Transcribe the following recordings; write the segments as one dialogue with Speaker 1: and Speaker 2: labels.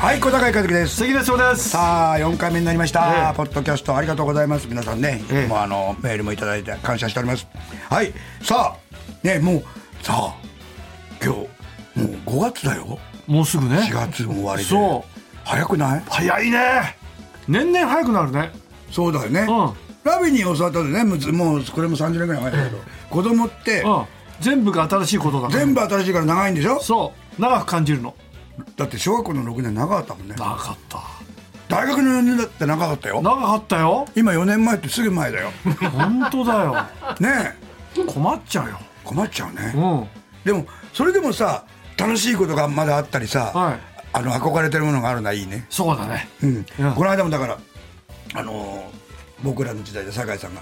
Speaker 1: 井和樹です
Speaker 2: 関根翔です
Speaker 1: さあ4回目になりました、
Speaker 2: ええ
Speaker 1: ポッドキャストありがとうございます皆さんね、
Speaker 2: ええ
Speaker 1: もうあのメールもいただいて感謝しておりますはいさあねもうさあ今日もう5月だよ
Speaker 2: もうすぐね
Speaker 1: 4月も終わりで
Speaker 2: そう
Speaker 1: 早くない
Speaker 2: 早いね年々早くなるね
Speaker 1: そうだよね、
Speaker 2: うん
Speaker 1: ラビに教わったでねもうずもうこれも30年ぐらい前だけど子供って
Speaker 2: うん全部が新しいことだから
Speaker 1: 全部新しいから長いんでしょ
Speaker 2: そう長く感じるの
Speaker 1: だって小学校の6年長かったもんね
Speaker 2: 長かった
Speaker 1: 大学の4年だって長かったよ
Speaker 2: 長かった よ
Speaker 1: 今4年前ってすぐ前だ よ
Speaker 2: 本当だよ
Speaker 1: ねえ
Speaker 2: 困っちゃうよ
Speaker 1: 困っちゃうね、
Speaker 2: うん
Speaker 1: でもそれでもさ楽しいことがまだあったりさ、
Speaker 2: はい
Speaker 1: あの憧れてるものがあるのはいいね、
Speaker 2: そうだね
Speaker 1: うん
Speaker 2: うん
Speaker 1: この間もだからあのー僕らの時代で酒井さんが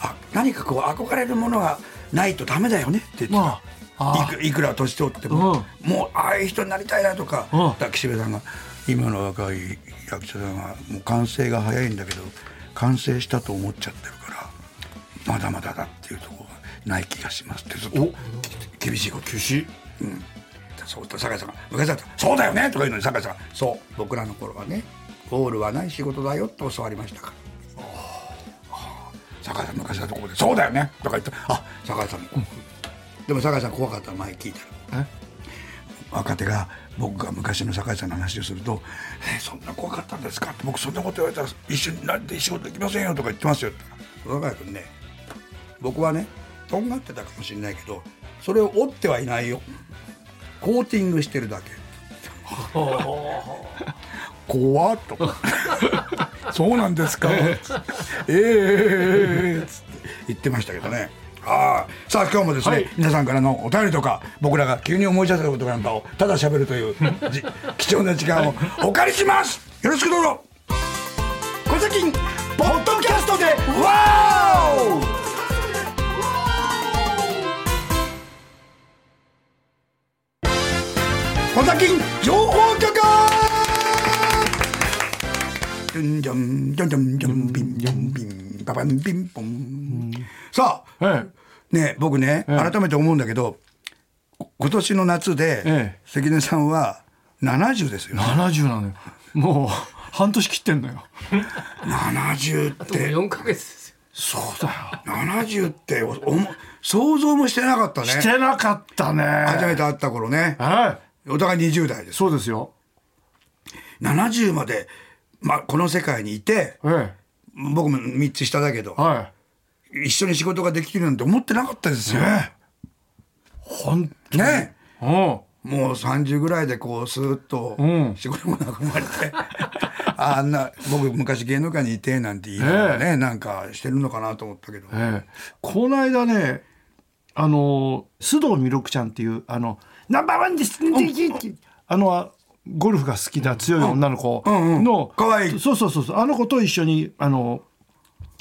Speaker 1: あ何かこう憧れるものがないとダメだよねって言ってた、
Speaker 2: まあああ
Speaker 1: いくいくら年取っても、もうああいう人になりたいなとか、
Speaker 2: うん
Speaker 1: だから岸辺さんが今の若い役者さんはもう完成が早いんだけど完成したと思っちゃってるからまだまだだっていうところがない気がしますってずっと厳しいこと
Speaker 2: 厳しい
Speaker 1: そうだ酒井さんが昔だったら「そうだよね」とか言うのに酒井さんが「そう僕らの頃はねゴールはない仕事だよ」と教わりましたから。酒井さん昔だとここで「そうだよね」とか言ってあ酒井さんもでも酒井さん怖かったの前聞いたら
Speaker 2: え
Speaker 1: 若手が僕が昔の酒井さんの話をすると「えそんな怖かったんですか?」って「僕そんなこと言われたら一緒になんで仕事できませんよ」とか言ってますよって言ったら若井君ね僕はねとんがってたかもしれないけどそれを折ってはいないよコーティングしてるだ け怖っ とそうなんですかえええつって言ってましたけどねああさあ今日もですね、
Speaker 2: はい
Speaker 1: 皆さんからのお便りとか僕らが急に思い出したことなんかをただ喋るというじ貴重な時間をお借りしますよろしくどうぞ小崎ポッドキャストでワー小崎情報局じゃんじゃんじゃんじゃんじゃんピンじゃんピンパパンピンポンさあ
Speaker 2: え
Speaker 1: ね僕ね
Speaker 2: ええ
Speaker 1: 改めて思うんだけどこ今年の夏で
Speaker 2: ええ
Speaker 1: 関根さんは70ですよ
Speaker 2: え70なのよもう半年切ってんのよ
Speaker 1: 70
Speaker 3: あ
Speaker 1: っ
Speaker 3: ともう
Speaker 1: て
Speaker 3: 4ヶ月ですよ。
Speaker 2: そうだよ
Speaker 1: 70っておおも想像もしてなかった
Speaker 2: し
Speaker 1: ね
Speaker 2: てなかったね
Speaker 1: 初めて会った頃ね
Speaker 2: ええ
Speaker 1: お互い20代です
Speaker 2: そうですよ
Speaker 1: 70まで、まあ、この世界にいて
Speaker 2: え
Speaker 1: 僕も3つ下だけど
Speaker 2: えはい
Speaker 1: 一緒に仕事ができるなんて思ってなかったですよ
Speaker 2: ねほん
Speaker 1: ね
Speaker 2: うん
Speaker 1: もう30ぐらいでこうスーッと
Speaker 2: うん
Speaker 1: 仕事もなくなって、 あんな僕昔芸能界にいてなんて言いながらね、なんかしてるのかなと思ったけど、
Speaker 2: ええ、この間ねあの須藤弥勒ちゃんっていうあのナンバーワンですあのあゴルフが好きな強い女の子
Speaker 1: うんうんうん
Speaker 2: の
Speaker 1: 可愛い
Speaker 2: そうそうそうそうあの子と一緒にあの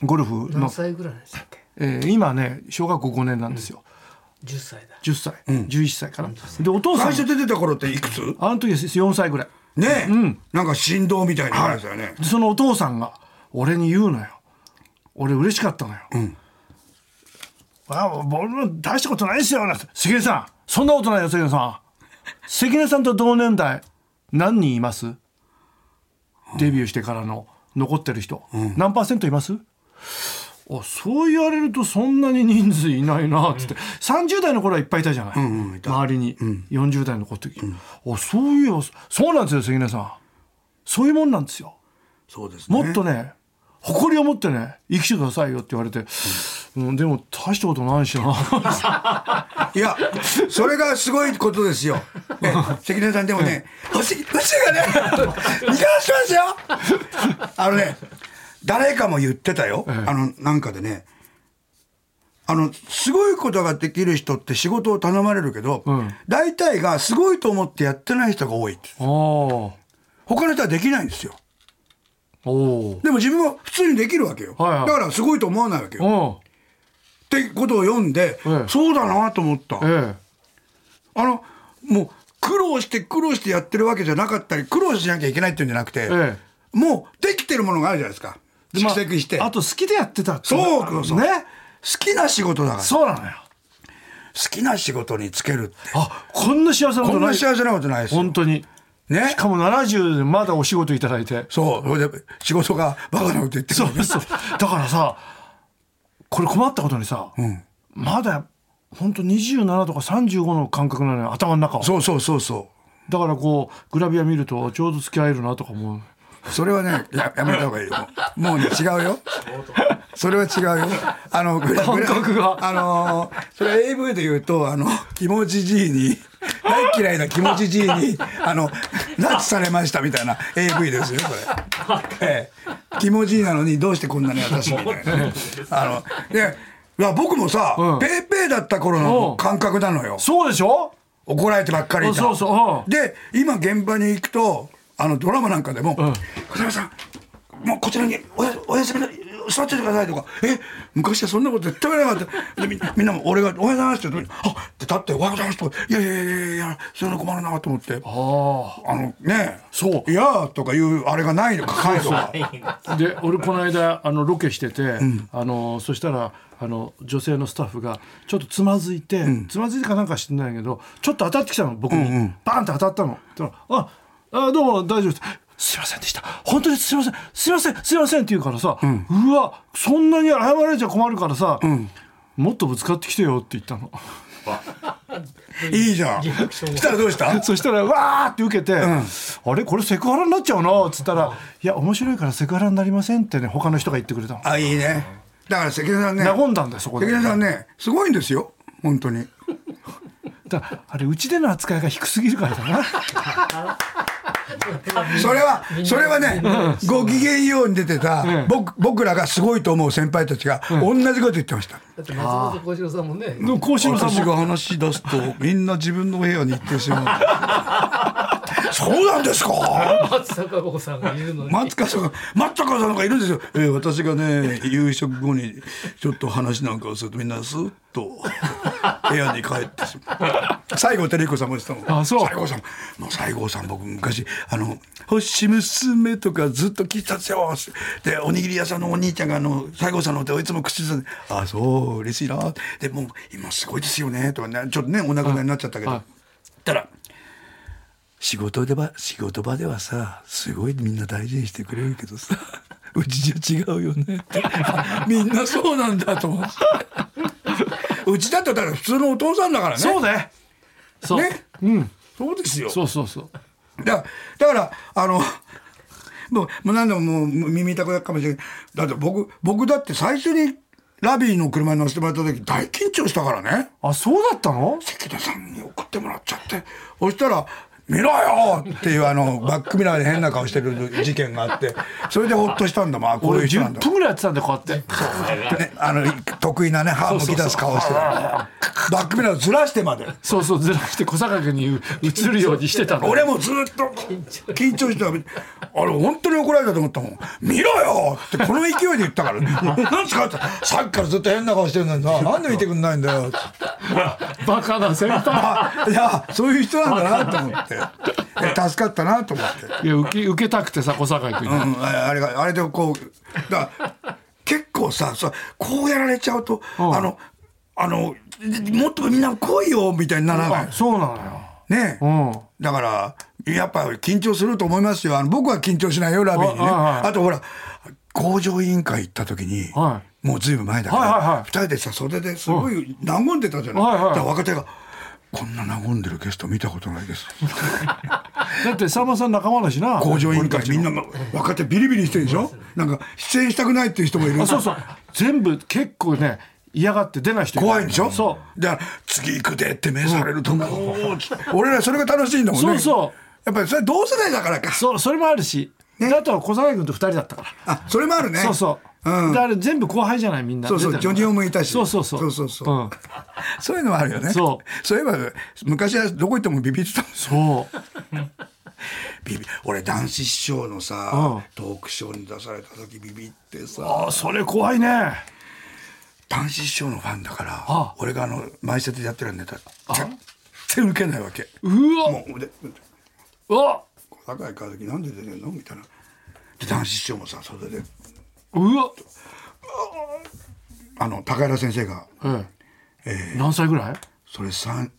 Speaker 2: ゴルフ
Speaker 3: 何
Speaker 2: の、
Speaker 3: 歳ぐらいでしたっけ
Speaker 2: えー今ね小学校5年なんですよ、
Speaker 3: ?10 歳だ。
Speaker 2: 10歳、11歳かなでお父さ
Speaker 1: 最
Speaker 2: ん
Speaker 1: 初出てた頃っていくつ
Speaker 2: あの時4歳ぐらい
Speaker 1: ね、なんか振動みたいなのですよね、
Speaker 2: でそのお父さんが俺に言うのよ俺嬉しかったのよ、あ僕も大したことないですよなんて関根さんそんなことないよ関根さん関根さんと同年代何人いますデビューしてからの残ってる人、何パーセントいますあそう言われるとそんなに人数いないなっつって、30代の頃はいっぱいいたじゃない,、周りに、40代の子の時、あそういえばそうなんですよ関根さんそういうもんなんですよ
Speaker 1: そうですね
Speaker 2: もっとね誇りを持ってね生きてくださいよって言われて、うん、でも大したことないしな
Speaker 1: いや、それがすごいことですよ。 ね、関根さんでも ね、星、星がね、 逃がしてますよあのね、誰かも言ってたよ。
Speaker 2: え
Speaker 1: あの、なんかでね、あの、すごいことができる人って仕事を頼まれるけど、
Speaker 2: うん
Speaker 1: 大体がすごいと思ってやってない人が多いって。
Speaker 2: おお
Speaker 1: 他の人はできないんですよ。
Speaker 2: お
Speaker 1: でも自分は普通にできるわけよ。
Speaker 2: はいはい
Speaker 1: だからすごいと思わないわけよ。
Speaker 2: お
Speaker 1: ってことを読んで、
Speaker 2: ええ
Speaker 1: そうだなと思った。
Speaker 2: ええ
Speaker 1: あの、もう、苦労して苦労してやってるわけじゃなかったり、苦労しなきゃいけないっていうんじゃなくて、
Speaker 2: え
Speaker 1: もうできてるものがあるじゃないですか。
Speaker 2: でま
Speaker 1: 蓄積して。
Speaker 2: あ、あと好きでやってたって
Speaker 1: そうそうそう。
Speaker 2: ね
Speaker 1: 好きな仕事だから。好
Speaker 2: そうなのよ
Speaker 1: きな仕事につけるって。
Speaker 2: あこんな幸せなこ
Speaker 1: ことん
Speaker 2: な
Speaker 1: ない幸せなことないですよ。
Speaker 2: 本当に
Speaker 1: ね
Speaker 2: しかも70でまだお仕事いただいて
Speaker 1: そうそれで仕事がバカなこと言ってる
Speaker 2: そうそうだからさこれ困ったことにさ、まだ本当27とか35の感覚なのよ頭の中は
Speaker 1: そうそうそうそ
Speaker 2: だからこうグラビア見るとちょうど付き合えるなとか思う
Speaker 1: うそれはねややめた方がいいよもうね違うよそれは違うよあのグラグラ
Speaker 2: 感覚が
Speaker 1: あのーそれ AV で言うとあの気持ちじいに大嫌いな気持ちじいにあの拉致されましたみたいな AV ですよこれ、ええ、気持ちいいなのにどうしてこんなに私みたいなねあのでいや僕もさ、
Speaker 2: うん
Speaker 1: ペーペーだった頃の感覚なのよ
Speaker 2: そうでしょ
Speaker 1: 怒られてばっかりいた
Speaker 2: そうそううん
Speaker 1: で今現場に行くとあのドラマなんかでも
Speaker 2: ん
Speaker 1: 「小沢さんもうこちらにおやお休みな座っててください」とか「え昔はそんなこと絶対言われなかった」でみみんなも俺が「おはようございます」って言うとあって立って「おはようございます」とか「いやいやいやいやそれは困るな」と思ってあ
Speaker 2: あ
Speaker 1: のね
Speaker 2: そう
Speaker 1: いや」とかいうあれがないのか感度 が
Speaker 2: あで俺この間あのロケしてて、あのそしたらあの女性のスタッフがちょっとつまずいて、つまずいてかなんか知ってないけどちょっと当たってきたの僕に、バーンって当たったのそしたらああどうも大丈夫です」すいませんでした本当にすいませんすいませんすいませんって言うからさ、うわそんなに謝られちゃ困るからさ、もっとぶつかってきてよって言ったの
Speaker 1: いいじゃんしたらどうした
Speaker 2: そしたらわーって受けて、あれこれセクハラになっちゃうなっつったら「いや面白いからセクハラになりません」ってね他の人が言ってくれたの
Speaker 1: あいいねだから関根さんね
Speaker 2: 和んだんだよそこで
Speaker 1: 関根さんねすごいんですよ本当に。
Speaker 2: だからあれうちでの扱いが低すぎるからだ な
Speaker 1: それは、それはね、ご機嫌ように出てた、僕、僕らがすごいと思う先輩たちが、同じこと言ってました。
Speaker 3: だって松本幸四郎さんもね
Speaker 2: でも幸四郎さん
Speaker 1: 私
Speaker 2: も
Speaker 1: が話し出すと、みんな自分の部屋に行ってしま う。そうなんですか
Speaker 3: 松坂子さんがいるのに
Speaker 1: 松川さんが、松坂さんがいるんですよ。えー私がね、夕食後に、ちょっと話なんかをすると、みんなスーッと、部屋に帰ってしまう。西郷輝彦さんも言ってたもん。
Speaker 2: あそう
Speaker 1: 西郷さん。もう西郷さん、僕昔、あの、星娘とかずっと聞いてたんですよ。で、おにぎり屋さんのお兄ちゃんが、あの、西郷さんの歌をいつも口ずさんで、あ、そう、嬉しいな。で、もう、今すごいですよね。とかね、ちょっとね、お亡くなりになっちゃったけど。
Speaker 2: は
Speaker 1: 言
Speaker 2: い
Speaker 1: ったら、仕事では仕事場ではさすごいみんな大事にしてくれるけどさ うちじゃ違うよねって みんなそうなんだと思って うちだってだから普通のお父さんだからね
Speaker 2: そうねそう、
Speaker 1: ね
Speaker 2: うん
Speaker 1: そうですよ
Speaker 2: そうそうそう
Speaker 1: だだからあの もうもう何度ももう耳痛くなるかもしれないだって僕僕だって最初にラビーの車に乗せてもらった時大緊張したからね
Speaker 2: あそうだったの
Speaker 1: 関田さんに送ってもらっちゃってそしたら「見ろよ!」っていうあのバックミラーで変な顔してる事件があってそれでほっとしたんだもんあこうい
Speaker 2: 俺
Speaker 1: う人なん
Speaker 2: 10
Speaker 1: だ
Speaker 2: 分ぐらいやってたんだよこうやって
Speaker 1: ね、あの得意なね歯をむき出す顔してバックミラーをずらしてまで
Speaker 2: そうそうずらして小坂君に映るようにしてたの
Speaker 1: 俺もずっと緊張してあれ本当に怒られたと思ったもん「見ろよ!」ってこの勢いで言ったから「何ですか?」って「さっきからずっと変な顔してるのにななんで見てくんないんだよ」って。
Speaker 2: バカな先輩
Speaker 1: あいやそういう人なんだなと思ってえ助かったなと思って、
Speaker 2: いや受け受けたくてさ小坂君に、
Speaker 1: うん、ああれがあれでこうだから結構さそうこうやられちゃうと、
Speaker 2: ん
Speaker 1: あのあのもっとみんな来いよみたいにならない
Speaker 2: あそうなのよ
Speaker 1: ね、
Speaker 2: うん
Speaker 1: だからやっぱ緊張すると思いますよあの僕は緊張しないよラビーにね
Speaker 2: あはい
Speaker 1: あ
Speaker 2: はい
Speaker 1: とほら工場委員会行った時に、
Speaker 2: は
Speaker 1: もうずいぶん前だか
Speaker 2: はいはいは
Speaker 1: ら
Speaker 2: い
Speaker 1: 二人でさ袖ですごい和んでたじゃない、
Speaker 2: はいはい
Speaker 1: だから若手が「こんな和んでるゲスト見たことない です」
Speaker 2: だってさんまさん仲間だしな
Speaker 1: 工場委員会みんなが若手ビリビリしてるでしょなんか出演したくないっていう人もいる
Speaker 2: あそうそう全部結構ね嫌がって出ない人る
Speaker 1: 怖いんでしょ
Speaker 2: そう
Speaker 1: だから次行くでって目されると思う、俺らそれが楽しいんだもんね
Speaker 2: そうそう
Speaker 1: やっぱりそれ同世代だからか
Speaker 2: うそうそれもあるし、だと小坂君と二人だったから
Speaker 1: あそれもあるね
Speaker 2: そうそう。
Speaker 1: うん
Speaker 2: だから全部後輩じゃないみんな。
Speaker 1: そうそう
Speaker 2: 出て
Speaker 1: ジョ
Speaker 2: るの
Speaker 1: ニオもいたし
Speaker 2: そうそうそう。
Speaker 1: そうそうそうんそういうのはあるよね
Speaker 2: そう
Speaker 1: そういえば昔はどこ行ってもビビってたもん
Speaker 2: そう。
Speaker 1: ビビ俺男子師匠のさ、
Speaker 2: うん
Speaker 1: トークショーに出された時ビビってさ
Speaker 2: ああ、それ怖いね。
Speaker 1: 男子師匠のファンだから
Speaker 2: あ
Speaker 1: 俺があの前説でやってるネタ全然ウケないわけ
Speaker 2: うわ、
Speaker 1: もうで
Speaker 2: うわ、
Speaker 1: 高い川崎なんで出てんのみたいなで男子師匠もさそれで
Speaker 2: うわ。
Speaker 1: あの高平先生が
Speaker 2: ええ何歳ぐらい？
Speaker 1: それ三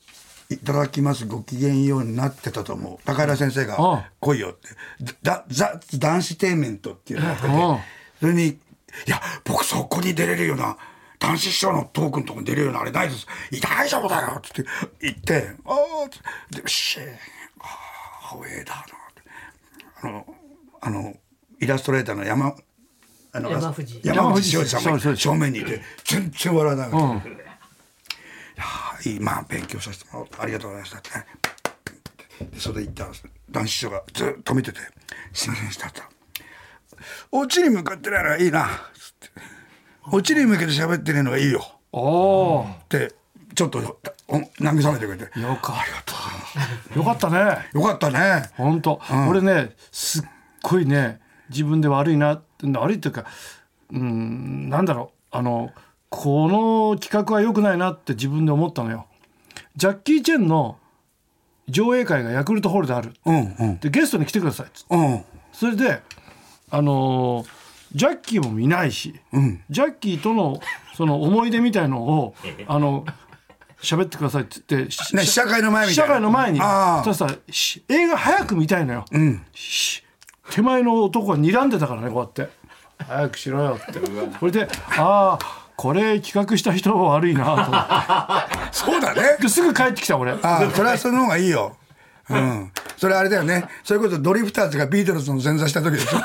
Speaker 1: いただきますごきげんようになってたと思う高平先生が
Speaker 2: ああ
Speaker 1: 「来いよ」って「だザ・男子テイメント」っていうのがあって
Speaker 2: ああ
Speaker 1: それに「いや僕そこに出れるような男子師匠のトークのとこに出れるようなあれないですいや大丈夫だよ」っつって言って「ああ」っつってでよっしゃああアウェーだな」ってあのあのイラストレーターの山あの
Speaker 3: 山藤
Speaker 1: 山藤翔士さん
Speaker 2: そうそ
Speaker 1: が
Speaker 2: う
Speaker 1: 正面にいて全然笑わないわけ
Speaker 2: うん
Speaker 1: はい、まあ勉強させてもらってありがとうございましたってね。でそれで行ったんです男子師匠がずっと見てて「すいませんでした」ってお家に向かってないのはいいな」つって「お家に向けて喋ってねえのがいいよ」
Speaker 2: おー
Speaker 1: ってちょっとお慰めてくれて
Speaker 2: よかったよかったね
Speaker 1: 「よかったね
Speaker 2: 本当、俺ねすっごいね自分で悪いな悪いっていうかうんなんだろうあのこの企画は良くないなって自分で思ったのよジャッキー・チェンの上映会がヤクルトホールである」
Speaker 1: うんうん
Speaker 2: でゲストに来てくださいっつって
Speaker 1: うん
Speaker 2: それであのージャッキーも見ないし、
Speaker 1: ん
Speaker 2: ジャッキーとのその思い出みたいのをあの喋ってくださいっつって、し
Speaker 1: ね試写会の前み
Speaker 2: 試
Speaker 1: たい
Speaker 2: 写
Speaker 1: な
Speaker 2: 会の前に
Speaker 1: あ
Speaker 2: そ
Speaker 1: あ
Speaker 2: したらし映画早く見たいのよ、し手前の男が睨んでたからねこうやって「早くしろよ」ってそれで「ああこれ企画した人は悪いな」と思っ
Speaker 1: そうだ ね
Speaker 2: てですぐ帰ってきた俺
Speaker 1: ああそれはその方がいいようんそれあれだよねそれこそドリフターズがビートルズの前座した時でしょ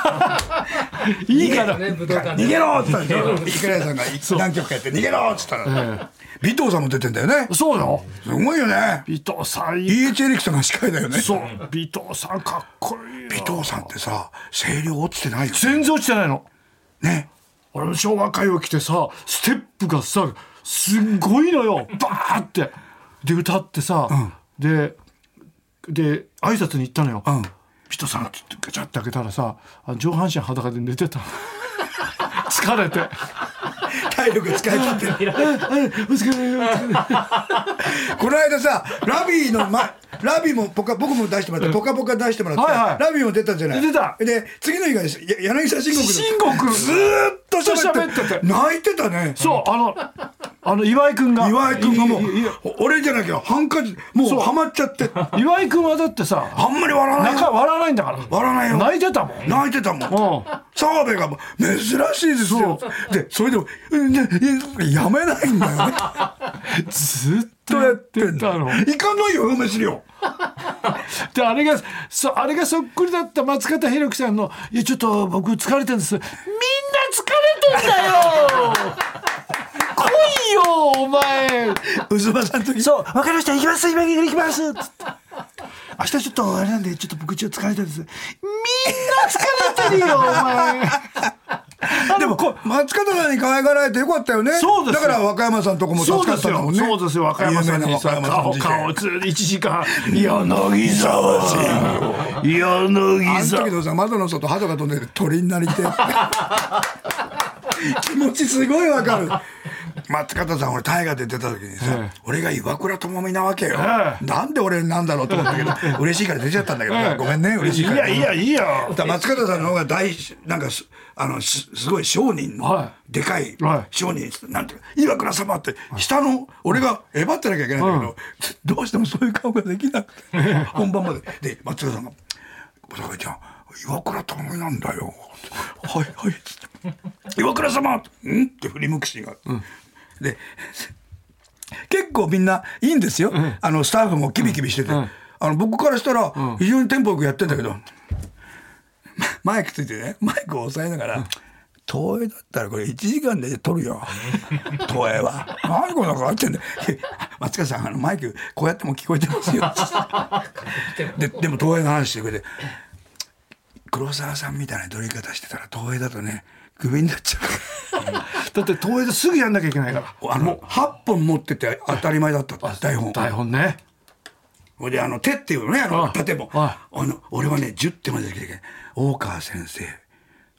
Speaker 2: いいから
Speaker 3: ね、武道館で
Speaker 1: 逃げろって言ったんですよ池谷さんが何曲かやって逃げろって言ったら尾藤さんも出てんだよね
Speaker 2: そうよ
Speaker 1: すごいよね
Speaker 2: 尾藤さんいい
Speaker 1: EH エリクソンが司会だよね
Speaker 2: そう尾藤さんかっこいい
Speaker 1: 尾
Speaker 2: よ
Speaker 1: 藤さんってさ声量落ちてないよ
Speaker 2: 全然落ちてないの
Speaker 1: ね
Speaker 2: 俺も昭和歌謡来てさステップがさすっごいのよバーってで歌ってさ、でで挨拶に行ったのよ「
Speaker 1: ん
Speaker 2: 人さん」って言ってガチャって開けたらさあ上半身裸で寝てたの 疲れて
Speaker 1: 体力使い切 ってる
Speaker 2: 「ああお疲れお疲れ
Speaker 1: この間さラビーの前ラビーもポカ僕も出してもらってポカポカ出してもらって、
Speaker 2: はいはい
Speaker 1: ラビーも出たじゃない
Speaker 2: 出た
Speaker 1: で次の日がや柳沢慎吾君
Speaker 2: 慎吾君
Speaker 1: ずーっと喋っ
Speaker 2: ずっと
Speaker 1: て
Speaker 2: 喋ってて
Speaker 1: 泣いてたね
Speaker 2: そうあのあの岩井君が
Speaker 1: 岩井君がもう
Speaker 2: いいい
Speaker 1: 俺じゃなきゃハンカチもうハマっちゃって
Speaker 2: 岩井君はだってさ
Speaker 1: あんまり笑わない
Speaker 2: 中笑わないんだから
Speaker 1: 笑わないよ
Speaker 2: 泣いてたもん
Speaker 1: 泣いてたもん
Speaker 2: うん
Speaker 1: 澤部がもう珍しいですよでそれでもうんねいややめないんだ よね
Speaker 2: ずっと
Speaker 1: と
Speaker 2: や
Speaker 1: や
Speaker 2: っ
Speaker 1: って
Speaker 2: て
Speaker 1: ん
Speaker 2: た
Speaker 1: だ
Speaker 2: の
Speaker 1: 行かないよ梅飯料
Speaker 2: であれがそあれがそっくりだった松方弘樹さんの「いやちょっと僕疲れてるんです」みんな疲れてんだ よ来いよお前
Speaker 1: うずまさんと
Speaker 2: そう分かりました行きます今行きますつって明日ちょっとあれなんでちょっと僕一応疲れてるんですみんな疲れてるよお 前
Speaker 1: でも松方さんに可愛がられてよかったよね
Speaker 2: そうですよ
Speaker 1: だから和歌山さんとこも助
Speaker 2: そう
Speaker 1: か
Speaker 2: で
Speaker 1: っ
Speaker 2: す
Speaker 1: たんだも
Speaker 2: よ
Speaker 1: んね
Speaker 2: そうですよ和歌山さん
Speaker 1: 有名
Speaker 2: に
Speaker 1: な和歌
Speaker 2: さ
Speaker 1: 山さん
Speaker 2: 顔
Speaker 1: 事件
Speaker 2: 顔ず1時間柳沢さん
Speaker 1: あ
Speaker 2: 柳
Speaker 1: の
Speaker 2: 沢
Speaker 1: 時のさ窓の外鳩が飛んでて鳥になりてえ 気持ちすごいわかる松方さん俺大河で出た時にさ、
Speaker 2: ええ
Speaker 1: 俺が岩倉智美なわけよ、
Speaker 2: ええ
Speaker 1: なんで俺なんだろうと思ったけど嬉しいから出ちゃったんだけど、
Speaker 2: ええ
Speaker 1: ごめんね嬉しいから
Speaker 2: いやいやいや
Speaker 1: だから松方さんの方が大なんかすあのすすごい商人の、
Speaker 2: は
Speaker 1: でかい
Speaker 2: はい
Speaker 1: 商人、なんていうか岩倉様って下の俺がえばってなきゃいけないんだけど、どうしてもそういう顔ができなくて本番までで松方さんが「小坂ちゃん岩倉智美なんだよ」はいはい」岩倉様」ん?」って振り向くシーンがあって、で結構みんないいんですよ、あのスタッフもキビキビしてて、あの僕からしたら非常にテンポよくやってんだけど、マイクついてねマイクを押さえながら「東映だったらこれ1時間で撮る よ東映は何こんなことあってんだよ 松川さんあのマイクこうやっても聞こえてます よ」ででも東映の話してくれて黒沢さんみたいな撮り方してたら東映だとねクビになっちゃうから。
Speaker 2: だって東映ですぐやんなきゃいけないから
Speaker 1: あの8本持ってて当たり前だったって台本
Speaker 2: 台本ね
Speaker 1: ほいであの手っていうのねあ
Speaker 2: あ
Speaker 1: の
Speaker 2: あ
Speaker 1: 縦も
Speaker 2: あ
Speaker 1: あの俺はね10手までしかできない大川先生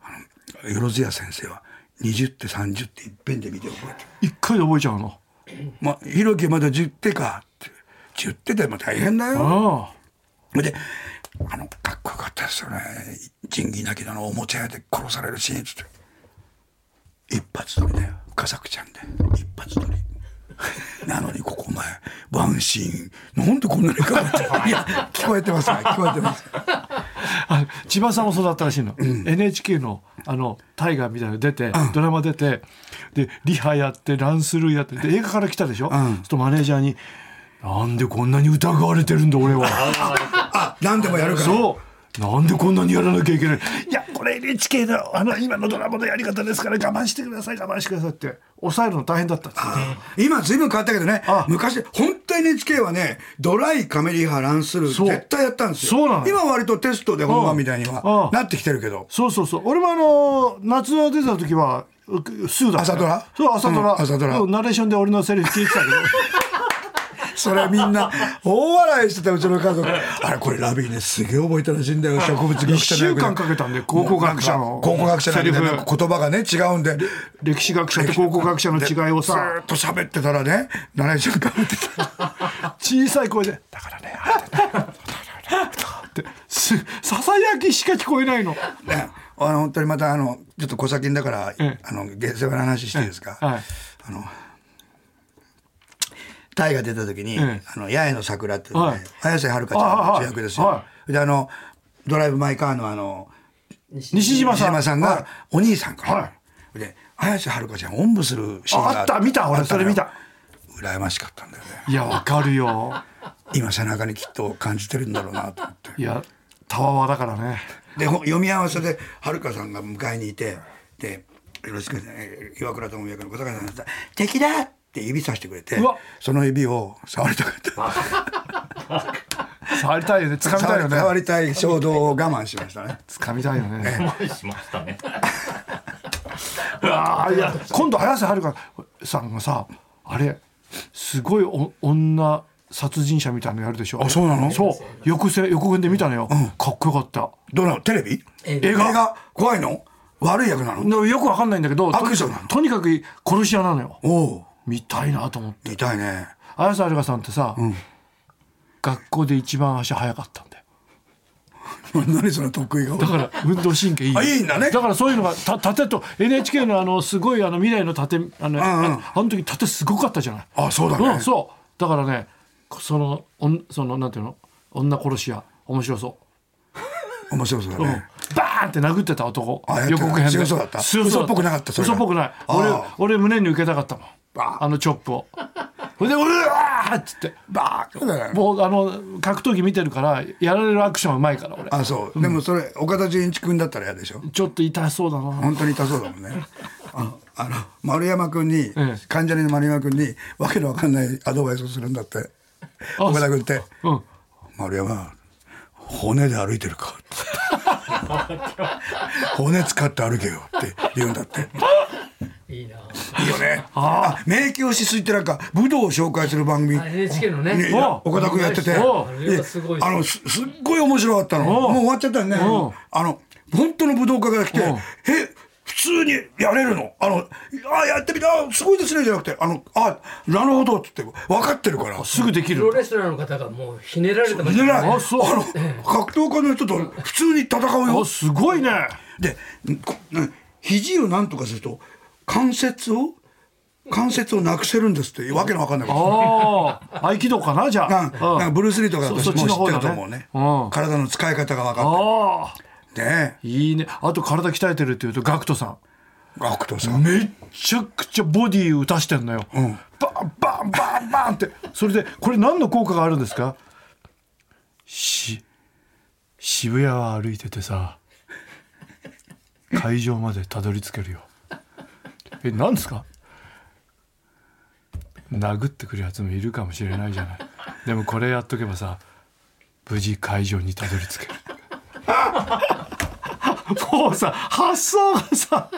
Speaker 1: あのよろずや先生は20手30手いっぺんで見て覚えて
Speaker 2: 一回で覚えちゃうの
Speaker 1: 「まあ、ひろきまだ10手か」って10手でも大変だよ
Speaker 2: あ
Speaker 1: ほいであのかっこよかったですよね仁義なきだのおもちゃ屋で殺されるシーンっつって一発撮りだよ佳作ちゃんで一発撮り なのにここお前ワンシーンなんでこんなに変わ っていや聞こえてますね聞こえてます
Speaker 2: あ千葉さんもそうだったらしいの、NHK のあのタイガーみたいなの出て、ドラマ出てでリハやってランスルーやってで映画から来たでしょ、
Speaker 1: ん
Speaker 2: ちょっとマネージャーに「なんでこんなに疑われてるんだ俺は
Speaker 1: あ何でもやる」から
Speaker 2: そうなんでこんなにやらなきゃいけないいやこれ NHK のあの今のドラマのやり方ですから我慢してください我慢してくださいって抑えるの大変だったって
Speaker 1: 今ずいぶん変わったけどね
Speaker 2: あ
Speaker 1: 昔本当 NHK はねドライカメリハランスルー
Speaker 2: そう
Speaker 1: 絶対やったんですよ
Speaker 2: そうなの
Speaker 1: 今は割とテストで本番みたいに
Speaker 2: うん
Speaker 1: は
Speaker 2: うん
Speaker 1: なってきてるけど
Speaker 2: そうそうそう俺もあの夏の出てた時はうすぐだった
Speaker 1: 朝
Speaker 2: よ
Speaker 1: ドラ
Speaker 2: そう朝ドラ、
Speaker 1: うん朝ドラ
Speaker 2: ナレーションで俺のセリフ聞いてたけど
Speaker 1: それみんな大笑いしてたうちの家族あれこれラビーねすげえ覚えたらしいんだよ植物学者の役で
Speaker 2: 一週間かけたんで考古学者の
Speaker 1: 考古学者なんで
Speaker 2: セリフ
Speaker 1: なんか言葉がね違うんで
Speaker 2: 歴史学者と考古学者の違いを
Speaker 1: ず
Speaker 2: さ
Speaker 1: ーっと喋ってたらね7時間かかって
Speaker 2: 小さい声で「だからねあれだねあれだね」ってすささやきしか聞こえないの
Speaker 1: た、 ね、あの本当にまたあのちょっと小先だから、
Speaker 2: ええ
Speaker 1: あの下世話な話していいですか、
Speaker 2: はい
Speaker 1: あのタイが出た時に「
Speaker 2: ええ
Speaker 1: あの八重の桜」っていうね、
Speaker 2: はい
Speaker 1: 綾瀬はるかちゃんの
Speaker 2: あはい
Speaker 1: 主役ですよ。
Speaker 2: は
Speaker 1: であの「ドライブ・マイ・カー」のあの
Speaker 2: 西島
Speaker 1: 西
Speaker 2: さん
Speaker 1: 島さん
Speaker 2: はい
Speaker 1: がお兄さんから、
Speaker 2: は
Speaker 1: で綾瀬はるかちゃんをおんぶするシーンが
Speaker 2: ああった見た俺
Speaker 1: あったのよ
Speaker 2: それ見た
Speaker 1: 羨ましかったんだよね
Speaker 2: いやわかるよ
Speaker 1: 今背中にきっと感じてるんだろうなと思って。
Speaker 2: いやたわわだからね
Speaker 1: でほ読み合わせではるかさんが迎えにいて「でよろしくね岩倉智美役の小坂さんが「敵だ!」って指さしてくれて
Speaker 2: うわ
Speaker 1: その指を触りたかった
Speaker 2: 触りたいよね掴みたい
Speaker 1: 触
Speaker 2: よ
Speaker 1: り
Speaker 2: ね
Speaker 1: 触りたい衝動を我慢しましたね
Speaker 2: 掴みたいよね
Speaker 4: しましたね。
Speaker 2: ああいや今度綾瀬はるかさんがさあれすごいお女殺人者みたいなのやるでしょ
Speaker 1: あそうなの
Speaker 2: そう横せ横編で見たのよ、かっこよかった
Speaker 1: どうなのテレビ
Speaker 3: 映画
Speaker 1: 映画怖いの悪い役なの
Speaker 2: でもよくわかんないんだけどと
Speaker 1: 悪女なの
Speaker 2: とにかく殺し屋なのよ
Speaker 1: おお
Speaker 2: 見たいなと思って
Speaker 1: 見たいね
Speaker 2: 綾瀬はるかさんってさ、学校で一番足早かったんだよ
Speaker 1: 何その得意顔
Speaker 2: だから運動神経いいよ
Speaker 1: あいいんだね
Speaker 2: からそういうのがた盾と NHK のあのすごいあの未来の盾あの、
Speaker 1: んうん
Speaker 2: あの時盾すごかったじゃない
Speaker 1: あそうだね
Speaker 2: うん、そうだからねそのおんそのなんていうの女殺し屋面白そ
Speaker 1: 面白そうだ
Speaker 2: う、うん
Speaker 1: ね
Speaker 2: バーンって殴ってた男
Speaker 1: あやってた
Speaker 2: 予告編で
Speaker 1: 強そうだった
Speaker 2: 強そ
Speaker 1: 嘘
Speaker 2: う
Speaker 1: っぽくなかったそれが
Speaker 2: 嘘っぽくない
Speaker 1: ああ
Speaker 2: 俺俺胸に受けたかったもん
Speaker 1: バーン
Speaker 2: あのチョップをそれで「うわー!」っつって
Speaker 1: バーッだね
Speaker 2: もうあの格闘技見てるからやられるアクションうまいから俺
Speaker 1: あそうでもそれ岡田准一君だったら嫌でしょ
Speaker 2: ちょっと痛そうだな
Speaker 1: 本当に痛そうだもんね。あのあの丸山君に、
Speaker 2: ええ
Speaker 1: 関ジャニの丸山君にわけのわかんないアドバイスをするんだって
Speaker 2: あ
Speaker 1: 岡田君って
Speaker 2: うん
Speaker 1: 「丸山骨で歩いてるか」 骨使って歩けよ」って言うんだって
Speaker 3: いいな。
Speaker 1: いいよねあ迷宮しすいってなんか武道を紹介する番組、
Speaker 3: あ NHK のね。
Speaker 1: ね
Speaker 2: お
Speaker 1: 岡田君やってて
Speaker 2: お
Speaker 3: あれはすごいです
Speaker 1: あのすすっごい面白かったのもう終わっちゃったよね
Speaker 2: お
Speaker 1: あの本当の武道家が来て
Speaker 2: お
Speaker 1: 「え普通にやれるのあのあやってみたあすごいですね」じゃなくて「あのあなるほど」っつって分かってるから。
Speaker 2: すぐでき
Speaker 3: プロ
Speaker 2: る
Speaker 3: レスラーの方がもうひねられてま
Speaker 1: い
Speaker 3: した
Speaker 1: や
Speaker 3: ね。
Speaker 1: ない
Speaker 2: あそう
Speaker 1: あの格闘家の人と普通に戦う
Speaker 2: あ
Speaker 1: よ
Speaker 2: すごいね
Speaker 1: でこな肘をなんとかすると関節を関節をなくせるんですってわけのわかんないこと
Speaker 2: ああ合気道かなじゃあ
Speaker 1: なん
Speaker 2: うん
Speaker 1: なんかブルース・リーとかだと
Speaker 2: そそっちの
Speaker 1: もう
Speaker 2: 方
Speaker 1: 知って
Speaker 2: だ
Speaker 1: ると思うね
Speaker 2: うん
Speaker 1: 体の使い方が分かっ
Speaker 2: ああ
Speaker 1: てね
Speaker 2: いいねあと体鍛えてるっていうとガクトさ
Speaker 1: ガクトさ
Speaker 2: ん
Speaker 1: ん
Speaker 2: めっちゃくちゃボディ打たしてんのよ、
Speaker 1: ん
Speaker 2: バンバンバンバンってそれでこれ何の効果があるんですかし渋谷は歩いててさ会場までたどり着けるよえ何ですか殴ってくるやつもいるかもしれないじゃないでもこれやっとけばさ無事会場にたどり着ける もうさ発想がさ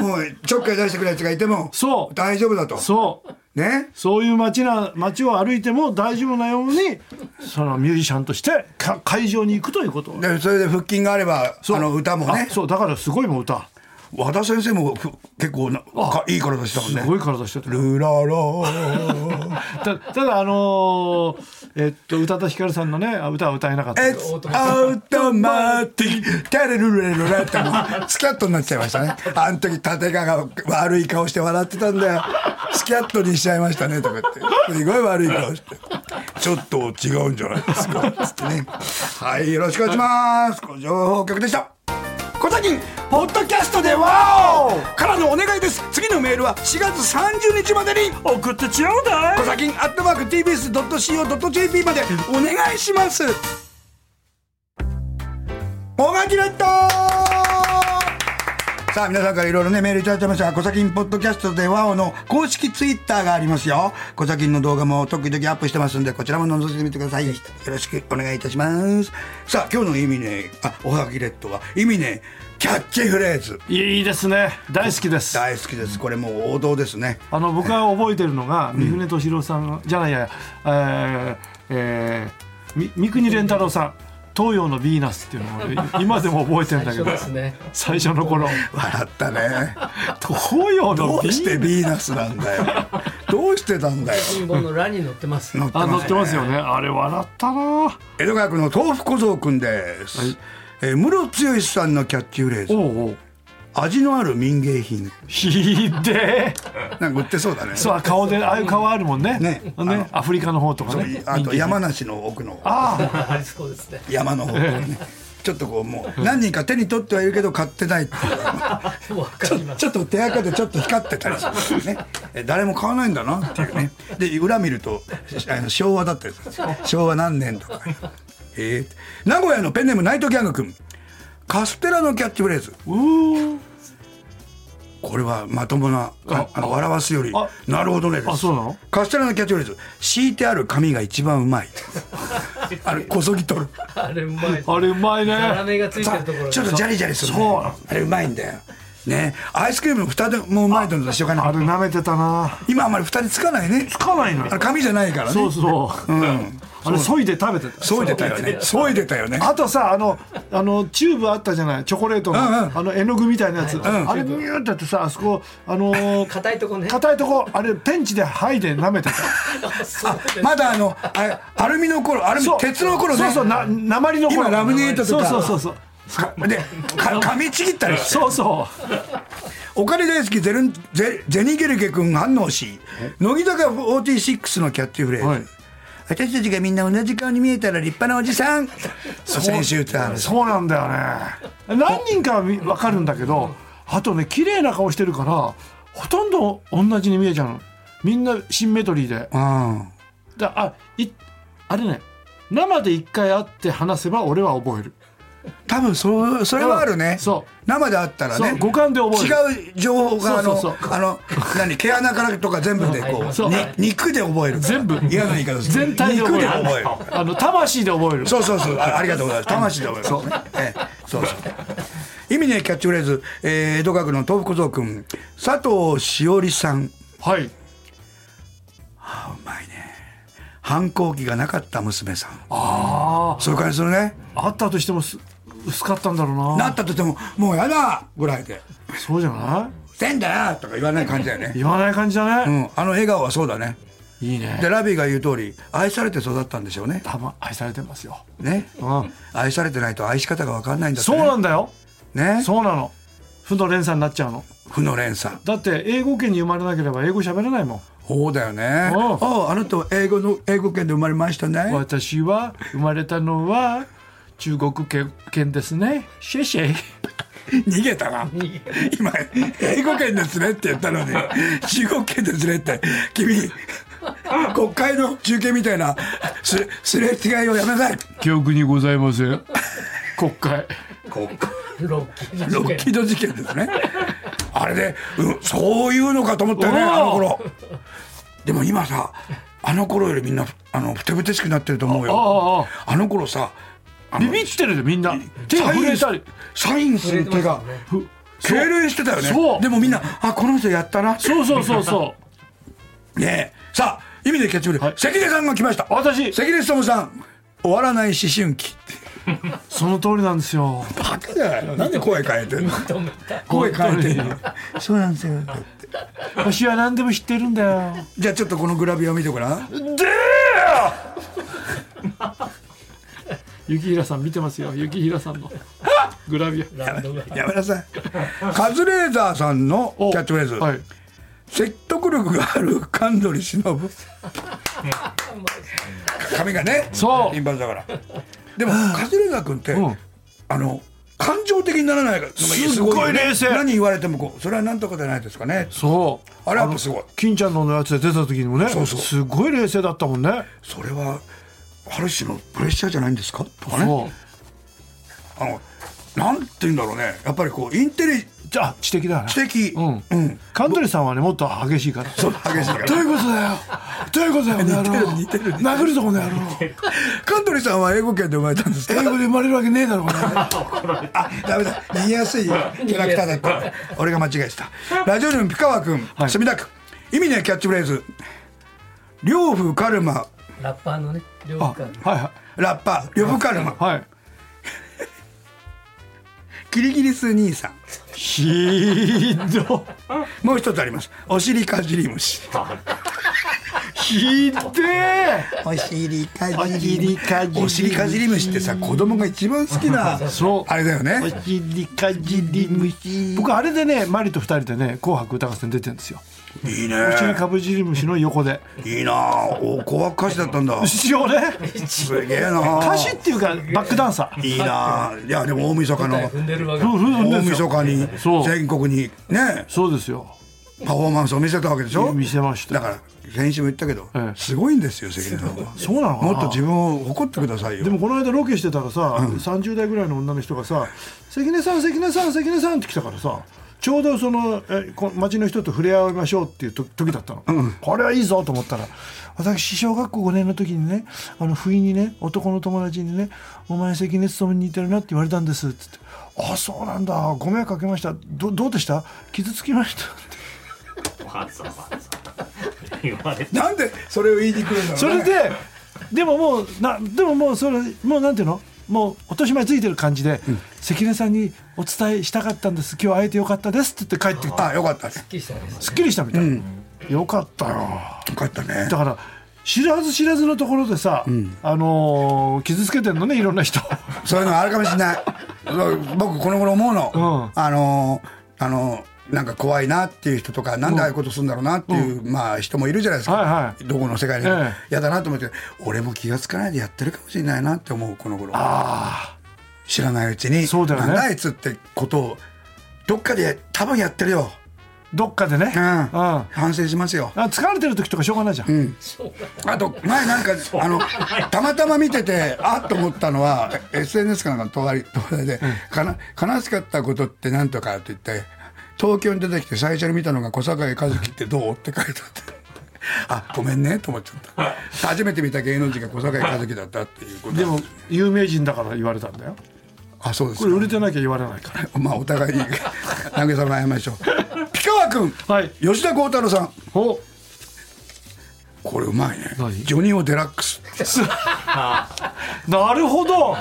Speaker 1: もうちょっかい出してくるやつがいても
Speaker 2: そう
Speaker 1: 大丈夫だと
Speaker 2: そう
Speaker 1: ね
Speaker 2: そういう街な街を歩いても大丈夫なようにそのミュージシャンとしてか会場に行くということ
Speaker 1: でそれで腹筋があればあ
Speaker 2: そう
Speaker 1: の歌もね
Speaker 2: あそうだからすごいもん歌
Speaker 1: 和田先生もふ結構なかいい体したもん
Speaker 2: す
Speaker 1: ね
Speaker 2: ごい体してた
Speaker 1: ルララ
Speaker 2: たただあのーえっと宇多田ヒカルさんのねあ歌は歌えなかったけど
Speaker 1: It's automatic テレルレルレってもうスキャットになっちゃいましたねあの時立川が悪い顔して笑ってたんだよスキャットにしちゃいましたねとかってすごい悪い顔してちょっと違うんじゃないですかつってねはいよろしくお願いしますご情報局でした小崎ポッドキャストでワオからのお願いです次のメールは4月30日までに
Speaker 2: 送ってちょうだい
Speaker 1: 小崎アットマーク TBS.CO.JP までお願いしますおがきレットさあ皆さんからいろいろねメールいただいてましたが「コサキンポッドキャスト」でワオの公式ツイッターがありますよコサキンの動画も時々アップしてますんでこちらも覗いてみてくださいよろしくお願いいたしますさあ今日の意味ねあおはぎレットは意味ねキャッチフレーズ
Speaker 2: いいですね大好きです
Speaker 1: 大好きですこれもう王道ですね
Speaker 2: あの僕が覚えてるのが三船敏郎さんじゃないやえーえーみ三國連太郎さん東洋のヴィーナスっていうのを今でも覚えてるんだけ
Speaker 3: 一緒
Speaker 2: ど
Speaker 3: ですね
Speaker 2: 最初の頃
Speaker 1: 笑った ね
Speaker 2: 東洋
Speaker 1: ど
Speaker 2: のヴィーナス
Speaker 1: うしてヴィーナスなんだよ。どうしてたんだよ。
Speaker 3: 信号の欄に乗ってます
Speaker 1: 乗って
Speaker 2: あ乗
Speaker 1: ま
Speaker 2: っ
Speaker 1: す
Speaker 2: て
Speaker 1: ね。
Speaker 2: ますよねあれ笑ったな
Speaker 1: 江戸川区の豆腐小僧くんです。
Speaker 2: い
Speaker 1: えー、室剛さんのキャッチフレーズ
Speaker 2: おうおう
Speaker 1: 味のある民芸品
Speaker 2: ひでえ
Speaker 1: なんか売ってそうだね
Speaker 2: そう顔でああいう顔あるもんね
Speaker 1: ねあ
Speaker 2: ね
Speaker 1: の
Speaker 2: アフリカの方とかね
Speaker 1: あと山梨の奥の
Speaker 2: あ
Speaker 3: ありそうですね
Speaker 1: 山の方とかねちょっとこうもう何人か手に取ってはいるけど買ってないっていう
Speaker 3: わかり ます
Speaker 1: ちょっと手垢でちょっと光ってたりするねえ誰も買わないんだなっていうねで裏見るとあの昭和だったりする昭和何年とかえー名古屋のペンネームナイトギャング君カステラのキャッチフレーズ
Speaker 2: うー
Speaker 1: これはまともなああの笑わすより
Speaker 2: あ
Speaker 1: なるほどねです
Speaker 2: あそうなの
Speaker 1: カステラのキャッチフレーズ敷いてある紙が一番う まいあれこそぎ取る
Speaker 3: あれうまい
Speaker 2: あれうまいね
Speaker 3: ラメがついてるところ
Speaker 1: ちょっとジャリジャリする、ね、あれうまいんだよねアイスクリームの蓋でもうまいのとしようかな
Speaker 2: あれ舐めてたな
Speaker 1: 今あんまり蓋につかないね
Speaker 2: つかないの
Speaker 1: あれ紙じゃないからね
Speaker 2: そうそう、あれ削いで食べてた
Speaker 1: そいでたよねそいでたよね
Speaker 2: あとさあのあのチューブあったじゃないチョコレートの、
Speaker 1: うんうん
Speaker 2: あの絵の具みたいなやつ、
Speaker 1: ん
Speaker 2: あれニューってやってさあそこあのー
Speaker 3: 硬いとこね
Speaker 2: 硬いとこあれペンチで剥いで舐めてた
Speaker 3: あそうです
Speaker 1: まだあのあれアルミの頃アルミ
Speaker 2: そう
Speaker 1: 鉄の頃ね
Speaker 2: そうそうな鉛の頃
Speaker 1: 今ラムネートとか
Speaker 2: そうそうそうそう
Speaker 1: かでか噛みちぎったりして
Speaker 2: そうそ
Speaker 1: お金大好きゼルンゼゼニゲルケ君反応し乃木坂46のキャッチフレーズ、
Speaker 2: はい
Speaker 1: 私たちがみんな同じ顔に見えたら立派なおじさ ん先週言ってた
Speaker 2: うそうなんだよね何人かはみ分かるんだけどあとね綺麗な顔してるからほとんど同じに見えちゃうのみんなシンメトリーで
Speaker 1: うん
Speaker 2: だあいあれね生で一回会って話せば俺は覚える
Speaker 1: 多分そうそれはあるね
Speaker 2: そう
Speaker 1: 生であったら
Speaker 2: そ
Speaker 1: ね
Speaker 2: う五感で覚える
Speaker 1: 違う情報があの
Speaker 2: そうそうそう
Speaker 1: あの何毛穴からとか全部で こう
Speaker 2: そう
Speaker 1: に肉で覚えるから
Speaker 2: 全部
Speaker 1: 嫌な言い方する
Speaker 2: 全体で覚える
Speaker 1: 肉で覚える
Speaker 2: あの魂で覚える
Speaker 1: そうそうそうあありがとうございます魂で覚えるそう,、ええそうそう意味ねキャッチフレーズ、えー、江戸川区の豆腐小僧君佐藤しおりさん
Speaker 2: はい
Speaker 1: あうまいね反抗期がなかった娘さん
Speaker 2: あ
Speaker 1: そういう感じするね
Speaker 2: ああったとしてもす薄かったんだろうな
Speaker 1: なったとしてももうやだぐらいで
Speaker 2: そうじゃな
Speaker 1: 「せんだよ!」とか言わない感じだよ
Speaker 2: い
Speaker 1: ね
Speaker 2: 言わない感じだ
Speaker 1: う
Speaker 2: ね、
Speaker 1: んあの笑顔はそうだね
Speaker 2: いいね
Speaker 1: でラビーが言う通り愛されて育ったんでしょうね
Speaker 2: 多分愛されてますよ、
Speaker 1: ね
Speaker 2: うん、
Speaker 1: 愛されてないと愛し方が分かんないんだって
Speaker 2: そう
Speaker 1: ね
Speaker 2: なんだよ
Speaker 1: ね
Speaker 2: そうなの負の連鎖になっちゃうの
Speaker 1: 負の連鎖
Speaker 2: だって英語圏に生まれなければ英語喋れないもん
Speaker 1: そうだよね
Speaker 2: うん
Speaker 1: あああなたは英語の英語圏で生まれましたね
Speaker 2: 私は生まれたのは中国圏圏ですねシェシェ
Speaker 1: 逃げたな
Speaker 3: 逃げ
Speaker 1: 今英語圏ですねって言ったのに中国圏ですねって君国会の中継みたいなすすれ違いをやめなさい
Speaker 2: 記憶にございません 国会
Speaker 1: 国会
Speaker 3: ロッキーな
Speaker 1: ロッ
Speaker 3: 事件
Speaker 1: キード事件ですね。あれで、うんそういうのかと思ったよね、
Speaker 2: おー
Speaker 1: あの頃。でも今さ、あの頃よりみんな、あの、ふてぶてしくなってると思う
Speaker 2: あ
Speaker 1: よ。
Speaker 2: あああ
Speaker 1: あの頃さ、あの
Speaker 2: ビビってるでみんな手が震えたり
Speaker 1: サインする手が、
Speaker 2: ふ
Speaker 1: 痙攣してたよ
Speaker 2: そう
Speaker 1: ね。でもみんな、あ、この人やったな。
Speaker 2: そうそうそうそう
Speaker 1: ねえ。さあ、意味でキャッチボール、
Speaker 2: はい
Speaker 1: 関根さんが来ました。
Speaker 2: 私
Speaker 1: 関根勤さん、終わらない思春期って。
Speaker 2: その通りなんです よ
Speaker 1: バカじゃないのなんで声変えてんの
Speaker 3: 認めた
Speaker 1: 声変えてんのそうなんですよ
Speaker 2: わしは何でも知ってるんだよ
Speaker 1: じゃあちょっとこのグラビア見てごらん
Speaker 2: 雪平さん見てますよ雪平さん のグラビア
Speaker 3: ランドが
Speaker 1: やめなさいカズレーザーさんのキ
Speaker 2: お
Speaker 1: ャッチフレーズ、
Speaker 2: はい
Speaker 1: 説得力がある神取忍髪がね
Speaker 2: そう
Speaker 1: 金髪だからでもカズレーザー君って、
Speaker 2: うん
Speaker 1: あの感情的にならないから
Speaker 2: すっごい冷静
Speaker 1: 何言われてもこうそれはなんとかじゃないですかね
Speaker 2: そう
Speaker 1: あれはやっぱすごい
Speaker 2: 金ちゃんのやつで出た時にもね
Speaker 1: そうそう
Speaker 2: すごい冷静だったもんね
Speaker 1: それはある種のプレッシャーじゃないんですかとかね
Speaker 2: そう
Speaker 1: あのなんて言うんだろうねやっぱりこうインテリ
Speaker 2: じゃあ知的だね
Speaker 1: 知的、
Speaker 2: うん
Speaker 1: うん、
Speaker 2: カントリーさんはねもっと激しいから
Speaker 1: そう激しいから
Speaker 2: どういうことだよどういうことだよこの野郎
Speaker 1: 似てる似てる
Speaker 2: 殴るぞこの野郎
Speaker 1: カントリーさんは英語圏で生まれたんですか
Speaker 2: 英 語で生まれるわけねえだろ この野郎
Speaker 1: あ、ダメだ。言いやすいキャラクターだった。俺が間違えてた。ラジオネームピカワ君、
Speaker 2: はい
Speaker 1: 墨田区。意味ねキャッチフレーズ。両夫カルマ、
Speaker 3: ラッパーのね両
Speaker 2: あ
Speaker 3: 夫か
Speaker 2: はいは
Speaker 1: ラッパ、両夫カルマ、
Speaker 2: いはい
Speaker 1: キリギリス兄さん。
Speaker 2: ひど
Speaker 1: もう一つあります。お尻かじり虫。
Speaker 2: ひでえ
Speaker 1: お尻か
Speaker 2: お尻かじり虫
Speaker 1: お尻かじり虫ってさ、子供が一番好きな、
Speaker 2: そう
Speaker 1: あれだよね。
Speaker 2: お尻かじり虫僕あれでねマリと二人でね「紅白歌合戦」出てるんですよ
Speaker 1: いいね。
Speaker 2: お尻かぶじり虫の横で
Speaker 1: いいなあお、子は歌手だったんだ。
Speaker 2: 一応ね
Speaker 1: すげえなあ
Speaker 2: 歌手っていうかバックダンサー
Speaker 1: いいなあいや、でも大晦日の
Speaker 3: 踏。んでるわけ
Speaker 2: そうそうそう
Speaker 1: 大
Speaker 2: です
Speaker 1: 晦
Speaker 2: よ
Speaker 1: 日に
Speaker 2: そう
Speaker 1: 全国にね
Speaker 2: そうですよ
Speaker 1: パフォーマンスを見せたわけでしょ
Speaker 2: 見せました
Speaker 1: だから先週も言ったけど、
Speaker 2: ええ
Speaker 1: すごいんですよ関根さんは
Speaker 2: そうなのかな
Speaker 1: もっと自分を誇ってくださいよ
Speaker 2: でもこの間ロケしてたらさ、30代ぐらいの女の人がさ「関根さん関根さん関根さん」って来たからさちょうどそのえこ町の人と触れ合いましょうっていうと時だったの、これはいいぞと思ったら私小学校5年の時にねあの不意にね男の友達にね「お前関根勤めに似てるな」って言われたんですっつって「あそうなんだご迷惑かけましたどどうでした傷つきました」って
Speaker 4: わざわざ言われて
Speaker 1: なんでそれを言いに来るんだろう、ね、
Speaker 2: それででももうなでももうそれもうなんていうのもうおとし前ついてる感じで、関根さんにお伝えしたかったんです今日会えてよかったですって言って帰ってきた
Speaker 1: あよかったね
Speaker 3: きりしたね
Speaker 2: すっきりしたみたい、よかったよ
Speaker 1: よかったね
Speaker 2: だから知らず知らずのところでさ、あのー傷つけてんのねいろんな 人
Speaker 1: そういうのあるかもしれないそう僕この頃思うの、
Speaker 2: う
Speaker 1: あのーあのーなんか怖いなっていう人とかなんでああいうことするんだろうなっていう、まあ人もいるじゃないですか、
Speaker 2: はいはい
Speaker 1: どこの世界に、
Speaker 2: え
Speaker 1: も
Speaker 2: え
Speaker 1: やだなと思って俺も気がつかないでやってるかもしれないなって思うこの頃知らないうちに
Speaker 2: そうだよね
Speaker 1: なんだあいつってことをどっかで多分やってるよ、
Speaker 2: どっかでね、
Speaker 1: うん
Speaker 2: あ
Speaker 1: 反省しますよ
Speaker 2: 疲れてる時とかしょうがないじゃん、
Speaker 1: あと前なんかあのたまたま見ててあっと思ったのは SNS かなんかの隣隣で、かな悲しかったことってなんとかって言って東京に出てきて最初に見たのが小堺一樹ってどうって書いてあって あごめんねと思っちゃった初めて見た芸能人が小堺一樹だったっていうこと
Speaker 2: でも有名人だから言われたんだよ
Speaker 1: あそうです
Speaker 2: これ売
Speaker 1: か
Speaker 2: れてなきゃ言われないから
Speaker 1: まあお互いに慰め合いましょうピカワ君
Speaker 2: はい
Speaker 1: 吉田鋼太郎さん
Speaker 2: お
Speaker 1: これうまいね
Speaker 2: 何
Speaker 1: ジョニオ・デラックス
Speaker 2: なるほ ど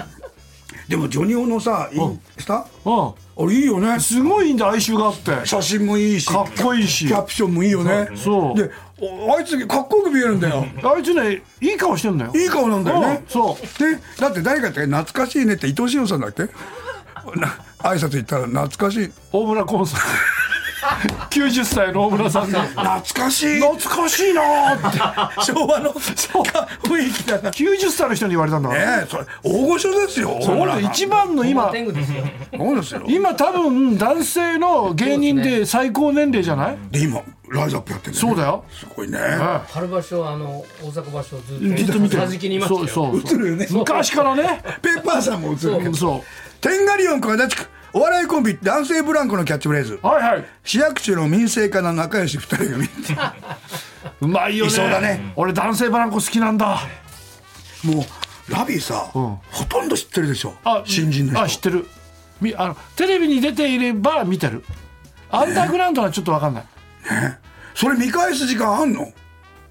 Speaker 1: でもジョニオのさインスタ
Speaker 2: うん
Speaker 1: あれいいよね
Speaker 2: すごいんだ哀愁があって
Speaker 1: 写真もいいし
Speaker 2: かっこいいし
Speaker 1: キャプションもいいよね
Speaker 2: そう
Speaker 1: でおあいつかっこよく見えるんだよ
Speaker 2: あいつねいい顔してんだよ
Speaker 1: いい顔なんだよね
Speaker 2: うんそう
Speaker 1: でだって誰かって懐かしいねって伊藤四朗さんだっけな挨拶行ったら懐かしい
Speaker 2: 大村コンさん 90歳の大村さんが
Speaker 1: 懐かしい
Speaker 2: 懐かしいなーって
Speaker 1: 昭和の雰囲気だなね
Speaker 2: 90歳の人に言われたんだから、
Speaker 1: えそれ大御所ですよ
Speaker 2: そ
Speaker 1: ほら
Speaker 2: う一番の今
Speaker 3: 天狗ですよ
Speaker 1: そうですよ
Speaker 2: 今多分男性の芸人
Speaker 3: そうです
Speaker 2: で最高年齢じゃない
Speaker 1: で今ライズアップやってるね
Speaker 2: そうだよ
Speaker 1: すごいね
Speaker 3: 春場所あの大阪場所ずっ
Speaker 2: ずっと見て
Speaker 3: 下敷きにいました
Speaker 2: そ
Speaker 3: よ
Speaker 2: うそう
Speaker 1: 映るよね
Speaker 2: 昔からね
Speaker 1: ペッパーさんも映るけど
Speaker 2: そ
Speaker 1: テンガリオン小足立区お笑いコンビ男性ブランコのキャッチフレーズ
Speaker 2: うはいはい
Speaker 1: 市役所の民生課の仲良し二人組
Speaker 2: うまいよね
Speaker 1: いそうだね
Speaker 2: 俺男性ブランコ好きなんだ
Speaker 1: もうラビーさ、
Speaker 2: ん
Speaker 1: ほとんど知ってるでしょ
Speaker 2: あ
Speaker 1: 新人の人
Speaker 2: あ知ってるみあのテレビに出ていれば見てるアンダーグラウンドはちょっと分かんない
Speaker 1: それ見返す時間あんの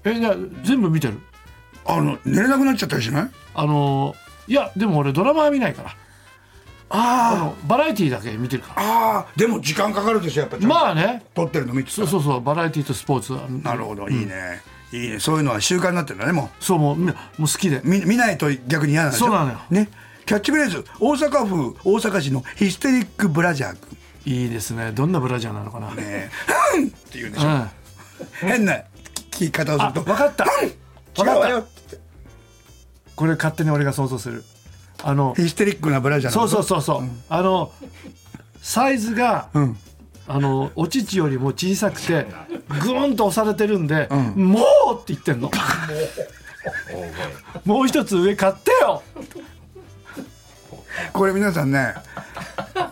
Speaker 2: えじゃあ全部見てる
Speaker 1: あの寝れなくなっちゃったりしない
Speaker 2: あのーいやでも俺ドラマは見ないからあ
Speaker 1: あ
Speaker 2: のバラエティーだけ見てるか
Speaker 1: あああでも時間かかるでしょやっぱ
Speaker 2: らまあ
Speaker 1: ね
Speaker 2: ね
Speaker 1: 撮ってるの見てた
Speaker 2: そうそうそうバラエティーとスポーツは
Speaker 1: なるほどいいね、いいねそういうのは習慣になってるんだねも
Speaker 2: そうもうみもう好きで
Speaker 1: う見見ないと逆に嫌なんでしょ
Speaker 2: そうなのよ
Speaker 1: ねキャッチフレーズ大阪府大阪市のヒステリックブラジャー君
Speaker 2: いいですねどんなブラジャーなのかな、
Speaker 1: ね「うん!」って言うんでし
Speaker 2: う
Speaker 1: ょ、
Speaker 2: ん
Speaker 1: 変な聞き方をす
Speaker 2: あ
Speaker 1: ると
Speaker 2: 分かった
Speaker 1: 違うわ
Speaker 2: わか
Speaker 1: よ
Speaker 2: っこれ勝手に俺が想像するあの
Speaker 1: ヒステリックなブラジャーの
Speaker 2: そうそううそうそう、あのサイズが、
Speaker 1: ん
Speaker 2: あのお乳よりも小さくてグーンと押されてるんで「もう!」って言ってんのもう一つ上買ってよ
Speaker 1: これ皆さんね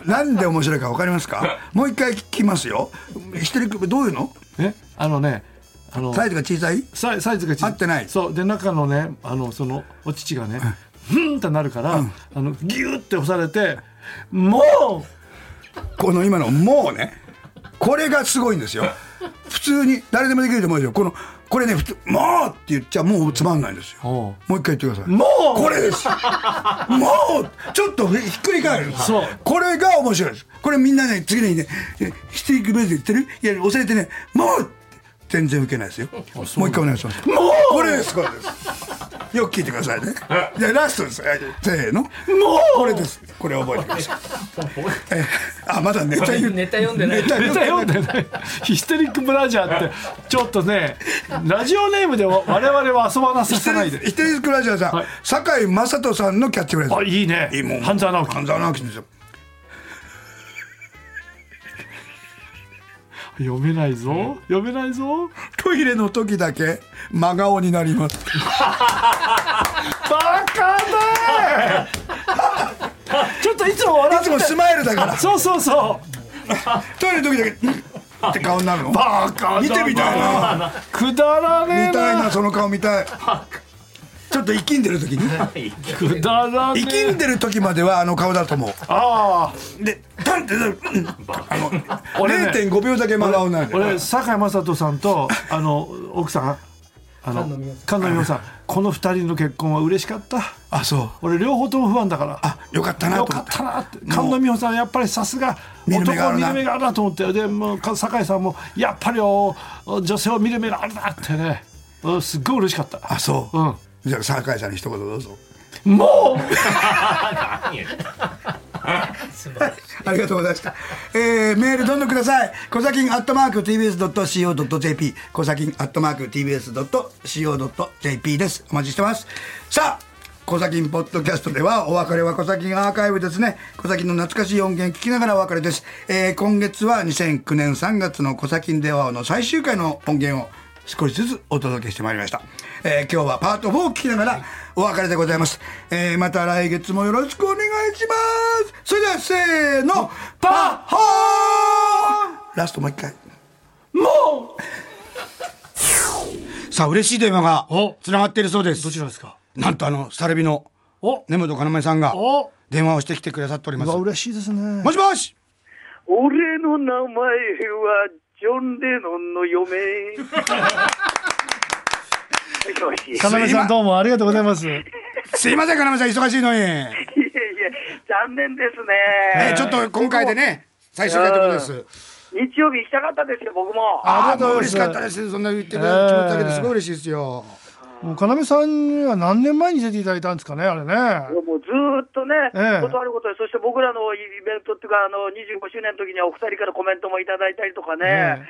Speaker 1: なんで面白いかわかりますかもう一回聞きますよヒステリックどういうの
Speaker 2: えあのねあの
Speaker 1: サイズが小さい
Speaker 2: サイサイズが小さ
Speaker 1: 合ってない
Speaker 2: そうで中のねあのそのお乳がねふんってなるから、あのギューって押されて「もう!」
Speaker 1: この今の「もうね」これがすごいんですよ普通に誰でもできると思うでしょこのこれね普通「もう!」って言っちゃもうつまんないんですよ
Speaker 2: お
Speaker 1: もう
Speaker 2: う
Speaker 1: 一回言ってください
Speaker 2: もう
Speaker 1: これですもうちょっとひひっくり返る
Speaker 2: そう
Speaker 1: これが面白いですこれみんなね次の日ね「ヒステリックブレーズ言ってる?」いや押されてね「もう!」って全然受けないですよもう一回お願いしますもうこれですこれですよく聞いてくださいねじゃあラストですはいせーのもうこれですこれ覚えてくださいえあまだネタ言う
Speaker 3: ネタ読んでない
Speaker 1: ネタ
Speaker 2: ネ
Speaker 1: 読ん
Speaker 2: タ
Speaker 1: で
Speaker 2: 読んでねヒステリックブラジャーってちょっとねラジオネームで我々は遊ばなさ
Speaker 1: ヒステ
Speaker 2: せ
Speaker 1: リ
Speaker 2: ない
Speaker 1: ック
Speaker 2: で
Speaker 1: ヒステリックラジオさん、
Speaker 2: はい
Speaker 1: 堺雅人さんのキャッチフレーズ
Speaker 2: あいいね
Speaker 1: いいもん
Speaker 2: 半沢直樹
Speaker 1: 半沢直樹ですよ
Speaker 2: 読めないぞ読めないぞ
Speaker 1: トイレの時だけ真顔になります
Speaker 2: バカだーちょっといつも笑
Speaker 1: い
Speaker 2: っ
Speaker 1: つ
Speaker 2: て
Speaker 1: もスマイルだ から
Speaker 2: そうそうそ
Speaker 1: トイレの時だけうんって顔になるの
Speaker 2: うバカだ
Speaker 1: 見てみたいな
Speaker 2: くだらねえ
Speaker 1: 見たい
Speaker 2: な
Speaker 1: なその顔見たいちょっと生きんでる時 に
Speaker 2: くだらね
Speaker 1: 生き
Speaker 2: え
Speaker 1: んでる時まではあの顔だと思
Speaker 2: あ
Speaker 1: うでタンってうんあの
Speaker 2: あ俺ね
Speaker 1: 0.5秒だけ真顔になる
Speaker 2: 俺堺雅人さんとあの奥さんあの
Speaker 3: 菅
Speaker 2: 菅野
Speaker 3: 野美穂
Speaker 2: 美穂さんこの二人の結婚は嬉しかった
Speaker 1: あそう
Speaker 2: 俺両方とも不安だから
Speaker 1: あよかったなと
Speaker 2: よ
Speaker 1: 思
Speaker 2: か
Speaker 1: っ
Speaker 2: ったたなって神田美穂さんやっぱりさすが
Speaker 1: 見る
Speaker 2: 男
Speaker 1: 目があ
Speaker 2: を
Speaker 1: る
Speaker 2: 見
Speaker 1: な
Speaker 2: る目があるなと思ってでもうか酒井さんもやっぱりお女性を見る目があるなってねうんすっごい嬉しかった
Speaker 1: あそううじゃあ酒井さんに一言どうぞ
Speaker 2: んもう
Speaker 1: ありがとうございました。えー、メールどんどんください。小崎アットマーク tbs.co.jp。小崎アットマーク tbs.co.jp です。お待ちしてます。さあ、小崎ポッドキャストではお別れは小崎アーカイブですね。小崎の懐かしい音源聞きながらお別れです。えー、今月は2009年3月の小崎電話の最終回の音源を少しずつお届けしてまいりました、えー今日はパート4を聞きながらお別れでございます、えーまた来月もよろしくお願いしますそれではせーのパッホーラストもう一回
Speaker 2: も
Speaker 1: さあ嬉しい電話が
Speaker 2: お
Speaker 1: つながっているそうで
Speaker 2: うどち
Speaker 1: す
Speaker 2: らですか
Speaker 1: なんとあのサルビの
Speaker 2: お
Speaker 1: 根本かなめさんが
Speaker 2: お
Speaker 1: 電話をしてきてくださっておりますも
Speaker 2: 嬉しいですね
Speaker 1: しもし
Speaker 5: 俺の名前はジョン・レノンの嫁。よしい
Speaker 2: かなめ
Speaker 1: すい
Speaker 2: さ
Speaker 1: ま
Speaker 2: んどうもありがとうございます
Speaker 1: すいませんかなめさん忙しいのに、
Speaker 5: えいえ、残念です
Speaker 1: えー
Speaker 5: ね。
Speaker 1: ちょっと今回でね最終回ということです
Speaker 5: 日曜日行きたかったですよ、僕も。
Speaker 1: あ
Speaker 2: ありがとうございます
Speaker 1: 嬉しかったですそんな言ってくれる気持ちだけですごい嬉しいですよ、
Speaker 2: もうかなめさんには何年前に出ていただいたんですかねあれね
Speaker 5: もうずーっとね、
Speaker 2: ええ
Speaker 5: 断ることで、そして僕らのイベントっていうか、あの25周年の時にはお二人からコメントもいただいたりとかね、
Speaker 2: え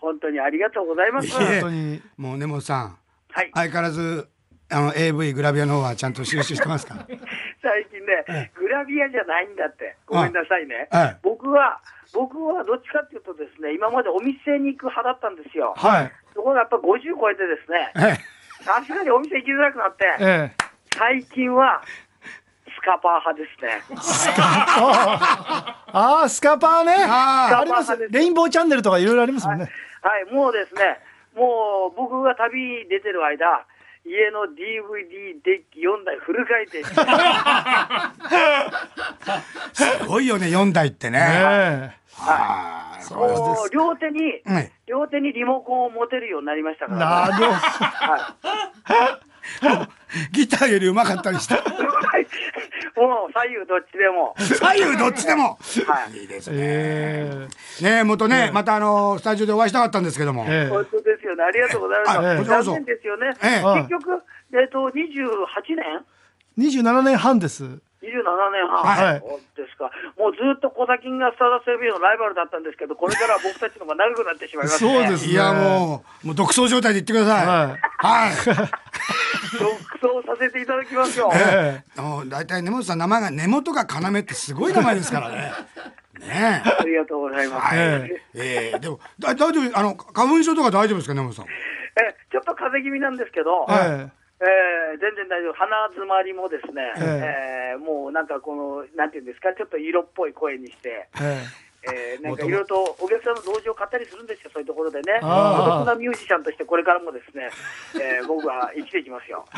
Speaker 5: 本当にありがとうございます。
Speaker 1: いえ
Speaker 2: 本当に
Speaker 1: もう根本さん
Speaker 5: はい、
Speaker 1: 相変わらずあの AV グラビアの方はちゃんと収集してます か
Speaker 5: 最近ね、グラビアじゃないんだって、ごめんなさいね、
Speaker 1: はい
Speaker 5: 僕は、僕はどっちかっていうとですね、今までお店に行く派だったんですよ。
Speaker 2: はい
Speaker 5: ところがやっぱ50超えてですね、
Speaker 1: え
Speaker 5: さすがにお店行きづらくなって、
Speaker 2: ええ
Speaker 5: 最近は、スカパー派ですね。
Speaker 2: ああスカパーね
Speaker 1: あ
Speaker 5: ー
Speaker 2: ありますレインボーチャンネルとかいろいろありますもんね
Speaker 5: はい、もうですね、もう僕が旅に出てる間、家の DVD デッキ4台フル回転して、
Speaker 1: えすごいよね4台ってね
Speaker 2: え
Speaker 1: ああそ
Speaker 5: もう両手に、
Speaker 1: はい
Speaker 5: 両手にリモコンを持てるようになりました
Speaker 2: え
Speaker 5: から、
Speaker 2: なるほど
Speaker 1: ギターよりうまかったりして。
Speaker 5: もう左右どっちでも。
Speaker 1: 左右どっちでも。いいですね。
Speaker 2: え
Speaker 1: ねえ、元ね、またあの、スタジオでお会いしたかったんですけども。
Speaker 2: えええ
Speaker 5: 本当ですよね。ありがとうございます。
Speaker 1: あええ
Speaker 5: 残念ですよね。
Speaker 1: ええ
Speaker 5: 結局、えっ、と、28年
Speaker 2: 27年半です。
Speaker 5: 27年半、
Speaker 1: はい
Speaker 5: そうですか、もうずっと小田金がスターダスト FB のライバルだったんですけど、これからは僕たちの方が長くなってしまいますね、
Speaker 2: そうです
Speaker 1: いや、もう、もう独走状態で言ってくださ。
Speaker 2: はい
Speaker 1: はい。
Speaker 5: 独走させていただきますよ、
Speaker 2: え
Speaker 1: あの大体根本さん、名前が根本が要ってすごい名前ですからね。ねえ。
Speaker 5: ありがとうございま
Speaker 1: は
Speaker 5: す、
Speaker 1: い。
Speaker 2: え
Speaker 1: ええでも、だ大丈夫、あの、花粉症とか大丈夫ですか、根本さん。
Speaker 5: えちょっと風邪気味なんですけど、
Speaker 2: ええ
Speaker 5: えー全然大丈夫、鼻詰まりもですね、えーもうなんかこの、なんていうんですか、ちょっと色っぽい声にして。
Speaker 2: ええ
Speaker 5: えーなんかいろいろとお客さんの同情を買ったりするんですよ、そういうところでね、
Speaker 2: あー
Speaker 5: 大人ミュージシャンとして、これからもですね、えー僕は生きていきますよ。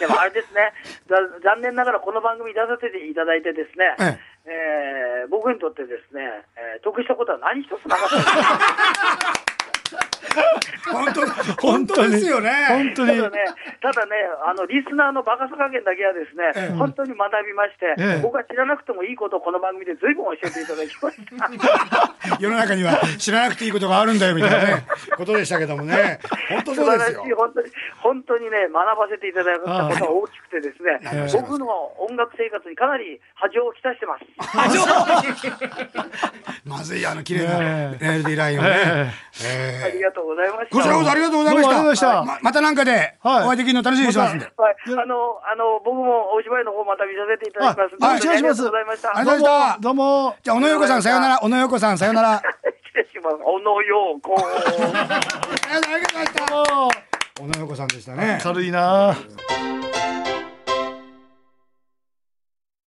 Speaker 5: でもあれですね、ざ残念ながらこの番組に出させていただいてですね、えー僕にとってですね、えー得したことは何一つなかったです。
Speaker 1: 本当、本当ですよね
Speaker 2: 本。当
Speaker 5: た
Speaker 2: に
Speaker 5: だね、ただね、あのリスナーのバカさ加減だけはですね、
Speaker 1: ええ
Speaker 5: 本当に学びまして、
Speaker 2: ええ
Speaker 5: 僕は知らなくてもいいことをこの番組で随分教えていただきました。
Speaker 1: 世の中には知らなくていいことがあるんだよみたいなね、ことでしたけどもね。本当 そ
Speaker 5: 素
Speaker 1: う
Speaker 5: 晴
Speaker 1: で
Speaker 5: らし
Speaker 1: す
Speaker 5: い
Speaker 1: よ。、
Speaker 5: 本当に、本当にね、学ばせていただいたことは大きくてですね
Speaker 1: はい、
Speaker 5: 僕の音楽生活にかなり波状をきたしてます。
Speaker 1: まずい、あの綺麗
Speaker 2: え
Speaker 1: な
Speaker 2: え
Speaker 1: LED ラインをね。
Speaker 2: え
Speaker 1: ええ
Speaker 5: ありがとうございました。
Speaker 1: こちらこそありがとうございました。
Speaker 2: どうもありがとうございました
Speaker 1: ままたなんかで、お
Speaker 2: はい
Speaker 1: 会いできるの楽しみにしてますんで。
Speaker 5: はい、あの、あの、僕もお芝居の方また見させていただきますので。
Speaker 2: あはいお願いします
Speaker 5: ありがとうございました。
Speaker 1: ありが
Speaker 2: ど
Speaker 1: とう
Speaker 2: う
Speaker 1: ございました
Speaker 2: もどうも
Speaker 1: じゃあ、小野洋子さん、さようなら。小野洋子さん、さようなら。
Speaker 5: 失礼します。小野陽子。
Speaker 1: ありがとうございました。小野洋子さんでしたね。
Speaker 2: 軽いな。